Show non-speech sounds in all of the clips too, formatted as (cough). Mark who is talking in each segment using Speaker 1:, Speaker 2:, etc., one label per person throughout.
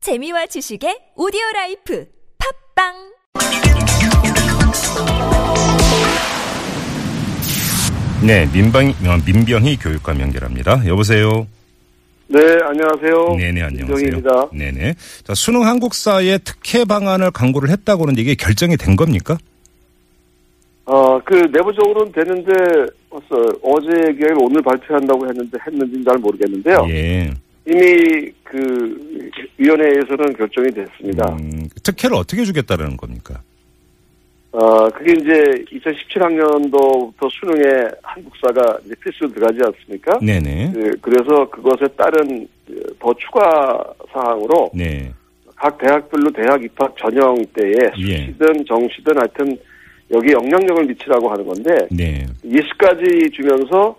Speaker 1: 재미와 지식의 오디오 라이프 팝빵
Speaker 2: 네, 민병, 어, 민병희 교육감 연결합니다. 여보세요.
Speaker 3: 네, 안녕하세요.
Speaker 2: 네네, 안녕하세요.
Speaker 3: 김정희입니다.
Speaker 2: 네네. 자, 수능 한국사에 특혜 방안을 강구를 했다고 하는데 이게 결정이 된 겁니까?
Speaker 3: 아, 그 내부적으로는 되는데 벌써 어제 계획을 오늘 발표한다고 했는데 했는지는 잘 모르겠는데요.
Speaker 2: 예.
Speaker 3: 이미 그 위원회에서는 결정이 됐습니다.
Speaker 2: 음, 특혜를 어떻게 주겠다라는 겁니까?
Speaker 3: 아, 그게 이제 2017학년도부터 수능에 한국사가 이제 필수로 들어가지 않습니까?
Speaker 2: 네네.
Speaker 3: 그, 그래서 그것에 따른 더 추가 사항으로
Speaker 2: 네.
Speaker 3: 각 대학별로 대학 입학 전형 때에
Speaker 2: 예.
Speaker 3: 수시든 정시든 하여튼 여기 영향력을 미치라고 하는 건데
Speaker 2: 네.
Speaker 3: 20까지 주면서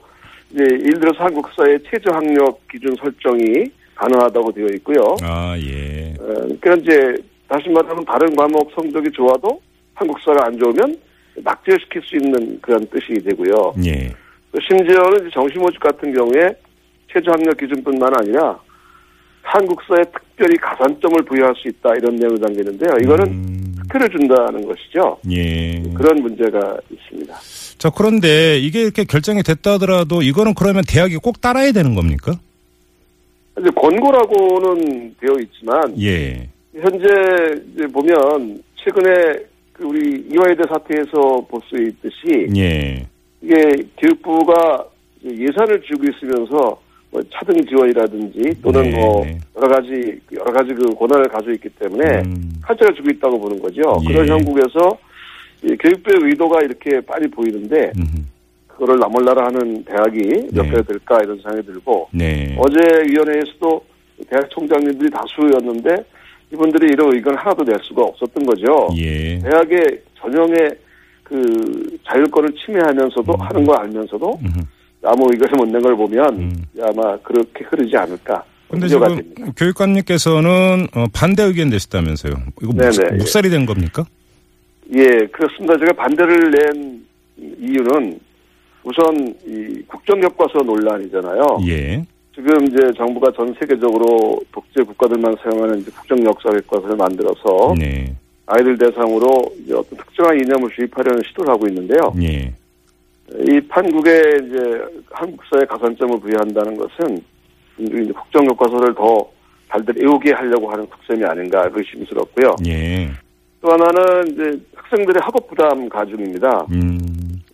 Speaker 3: 이제 예를 들어서 한국사의 최저 학력 기준 설정이 가능하다고 되어 있고요.
Speaker 2: 아, 예.
Speaker 3: 어, 그러니까 이제 다시 말하면 다른 과목 성적이 좋아도 한국사가 안 좋으면 낙제시킬 수 있는 그런 뜻이 되고요.
Speaker 2: 예.
Speaker 3: 또 심지어는 이제 정시모집 같은 경우에 최저 학력 기준뿐만 아니라 한국사에 특별히 가산점을 부여할 수 있다 이런 내용이 담기는데요. 이거는
Speaker 2: 음,
Speaker 3: 특혜를 준다는 것이죠.
Speaker 2: 예.
Speaker 3: 그런 문제가 있습니다.
Speaker 2: 자, 그런데 이게 이렇게 결정이 됐다 하더라도 이거는 그러면 대학이 꼭 따라야 되는 겁니까?
Speaker 3: 이제 권고라고는 되어 있지만
Speaker 2: 예.
Speaker 3: 현재 이제 보면 최근에 그 우리 이화여대 사태에서 볼 수 있듯이 네.
Speaker 2: 예.
Speaker 3: 이게 교육부가 이제 예산을 주고 있으면서 뭐 차등 지원이라든지 또는
Speaker 2: 네,
Speaker 3: 뭐
Speaker 2: 네.
Speaker 3: 여러 가지 여러 가지 그 권한을 가지고 있기 때문에
Speaker 2: 음,
Speaker 3: 칼자를 주고 있다고 보는 거죠.
Speaker 2: 예.
Speaker 3: 그런 형국에서 이 교육부의 의도가 이렇게 빨리 보이는데
Speaker 2: 음,
Speaker 3: 그거를 나몰라라 하는 대학이 몇
Speaker 2: 네.
Speaker 3: 개 될까 이런 생각이 들고
Speaker 2: 네.
Speaker 3: 어제 위원회에서도 대학 총장님들이 다수였는데 이분들이 이런 의견 하나도 낼 수가 없었던 거죠.
Speaker 2: 예.
Speaker 3: 대학의 전형의 그 자율권을 침해하면서도 하는 걸 알면서도
Speaker 2: 음.
Speaker 3: 아무 의견을 못 낸 걸 보면
Speaker 2: 음.
Speaker 3: 아마 그렇게 흐르지 않을까
Speaker 2: 근데
Speaker 3: 우려가
Speaker 2: 지금
Speaker 3: 됩니다.
Speaker 2: 교육감님께서는 어, 반대 의견 되셨다면서요. 이거 묵-
Speaker 3: 네네, 예.
Speaker 2: 묵살이 된 겁니까?
Speaker 3: 예, 그렇습니다. 제가 반대를 낸 이유는 우선 이 국정교과서 논란이잖아요.
Speaker 2: 예.
Speaker 3: 지금 이제 정부가 전 세계적으로 독재 국가들만 사용하는 이제 국정역사교과서를 만들어서
Speaker 2: 네.
Speaker 3: 아이들 대상으로 이제 어떤 특정한 이념을 주입하려는 시도를 하고 있는데요.
Speaker 2: 예.
Speaker 3: 이 판국에 이제 한국사의 가산점을 부여한다는 것은 이제 국정교과서를 더 달들 애우게 하려고 하는 국셈이 아닌가 의심스럽고요.
Speaker 2: 예.
Speaker 3: 또 하나는 이제 학생들의 학업 부담 가중입니다.
Speaker 2: 음.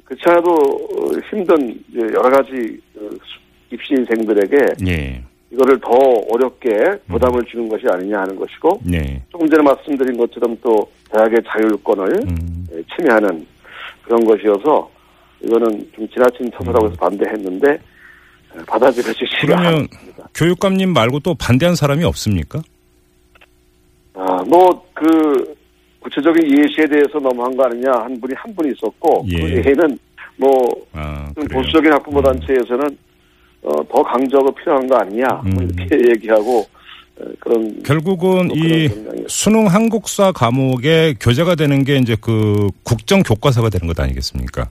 Speaker 3: 그렇지 않아도 어, 힘든 이제 여러 가지 어, 수- 입시 인생들에게
Speaker 2: 예.
Speaker 3: 이거를 더 어렵게 부담을 주는 것이 아니냐 하는 것이고
Speaker 2: 네.
Speaker 3: 조금 전에 말씀드린 것처럼 또 대학의 자율권을
Speaker 2: 음.
Speaker 3: 예, 침해하는 그런 것이어서 이거는 좀 지나친 처사라고 해서 반대했는데 예, 받아들여지지가
Speaker 2: 그러면
Speaker 3: 않습니다.
Speaker 2: 교육감님 말고 또 반대한 사람이 없습니까?
Speaker 3: 아, 뭐 그 구체적인 예시에 대해서 너무한 거 아니냐 한 분이 한 분이 있었고
Speaker 2: 예.
Speaker 3: 그 예는 뭐
Speaker 2: 아,
Speaker 3: 좀
Speaker 2: 그래요.
Speaker 3: 보수적인 학부모 단체에서는 어, 더 강조가 필요한 거 아니냐 뭐
Speaker 2: 음.
Speaker 3: 이렇게 (laughs) 얘기하고 어, 그런
Speaker 2: 결국은
Speaker 3: 또
Speaker 2: 이
Speaker 3: 그런 경향이
Speaker 2: 수능 한국사 과목의 교재가 되는 게 이제 그 국정 교과서가 되는 것 아니겠습니까?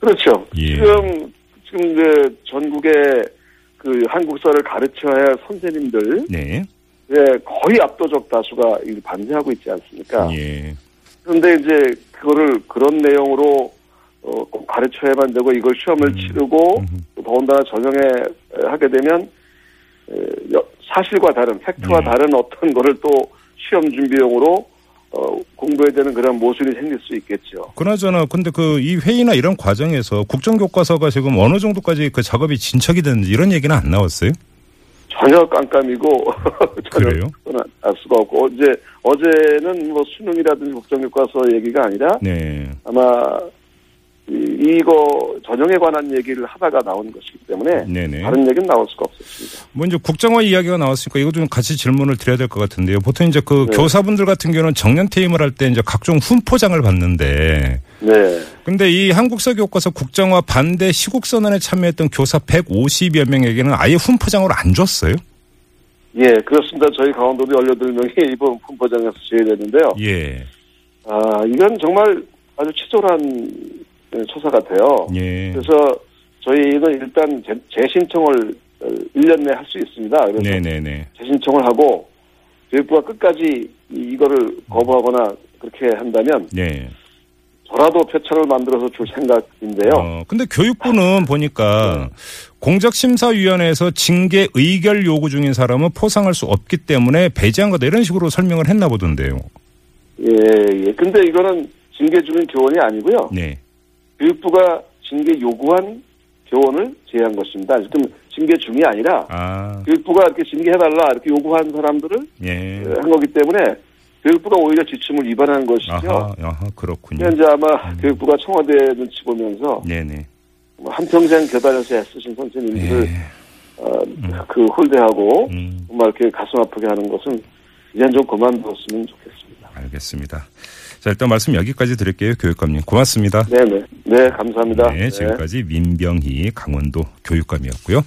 Speaker 3: 그렇죠.
Speaker 2: 예.
Speaker 3: 지금 지금 이제 전국에 그 한국사를 가르쳐야 할 선생님들
Speaker 2: 네.
Speaker 3: 예, 거의 압도적 다수가 이 반대하고 있지 않습니까?
Speaker 2: 예.
Speaker 3: 그런데 이제 그거를 그런 내용으로 어, 꼭 가르쳐야만 되고 이걸 시험을
Speaker 2: 음.
Speaker 3: 치르고
Speaker 2: 음.
Speaker 3: 또 더군다나 전형에 에, 하게 되면 에, 여- 사실과 다른 팩트와
Speaker 2: 예.
Speaker 3: 다른 어떤 거를 또 시험 준비용으로 어, 공부해야 되는 그런 모순이 생길 수 있겠죠.
Speaker 2: 그나저나 근데 그 이 회의나 이런 과정에서 국정교과서가 지금 어느 정도까지 그 작업이 진척이 됐는지 이런 얘기는 안 나왔어요?
Speaker 3: 전혀 깜깜이고 (laughs) 전혀
Speaker 2: 그래요?
Speaker 3: 그건 알 수가 없고 어제 어제는 뭐 수능이라든지 국정교과서 얘기가 아니라
Speaker 2: 네.
Speaker 3: 아마 이, 거 전형에 관한 얘기를 하다가 나온 것이기 때문에
Speaker 2: 네네.
Speaker 3: 다른 얘기는 나올 수가 없었습니다.
Speaker 2: 뭐 이제 국정화 이야기가 나왔으니까 이거 좀 같이 질문을 드려야 될 것 같은데요. 보통 이제 그
Speaker 3: 네.
Speaker 2: 교사분들 같은 경우는 정년 퇴임을 할 때 이제 각종 훈포장을 받는데
Speaker 3: 네.
Speaker 2: 근데 이 한국사 교과서 국정화 반대 시국선언에 참여했던 교사 150여 명에게는 아예 훈포장을 안 줬어요?
Speaker 3: 예, 그렇습니다. 저희 강원도도 18명이 (laughs) 이번 품포장에서 제외됐는데요.
Speaker 2: 예.
Speaker 3: 아, 이건 정말 아주 치졸한 조사 같아요.
Speaker 2: 예.
Speaker 3: 그래서 저희는 일단 어, 그렇죠.
Speaker 2: 네.
Speaker 3: 재- 재신청을 1년 내에 할 수 있습니다. 그래서
Speaker 2: 네네네.
Speaker 3: 재신청을 하고 교육부가 끝까지 이- 이거를 거부하거나 그렇게 한다면
Speaker 2: 예.
Speaker 3: 저라도 표창을 만들어서 줄 생각인데요.
Speaker 2: 어, 근데 교육부는 보니까 공작심사위원회에서 징계 의결 요구 중인 사람은 포상할 수 없기 때문에 배제한 거다 이런 식으로 설명을 했나 보던데요.
Speaker 3: 예, 예. 근데 이거는 징계 주는 교원이 아니고요.
Speaker 2: 네.
Speaker 3: 교육부가 징계 요구한 교원을 제외한 것입니다. 지금 징계 중이 아니라
Speaker 2: 아,
Speaker 3: 교육부가 이렇게 징계해달라 이렇게 요구한 사람들을
Speaker 2: 예.
Speaker 3: 한 거기 때문에 교육부가 오히려 지침을 위반한 것이죠.
Speaker 2: 아하, 음. 아하, 그렇군요.
Speaker 3: 현재 아마 교육부가 청와대 눈치 보면서 뭐
Speaker 2: 네네.
Speaker 3: 한 평생 교단에서 애쓰신 선생님들을
Speaker 2: 예.
Speaker 3: 어, 그 홀대하고
Speaker 2: 음.
Speaker 3: 정말 이렇게 가슴 아프게 하는 것은 이젠 좀 그만두었으면 좋겠습니다.
Speaker 2: 알겠습니다. 자, 일단 말씀 여기까지 드릴게요. 교육감님. 고맙습니다.
Speaker 3: 네네. 네, 감사합니다.
Speaker 2: 네, 지금까지 민병희 강원도 교육감이었고요.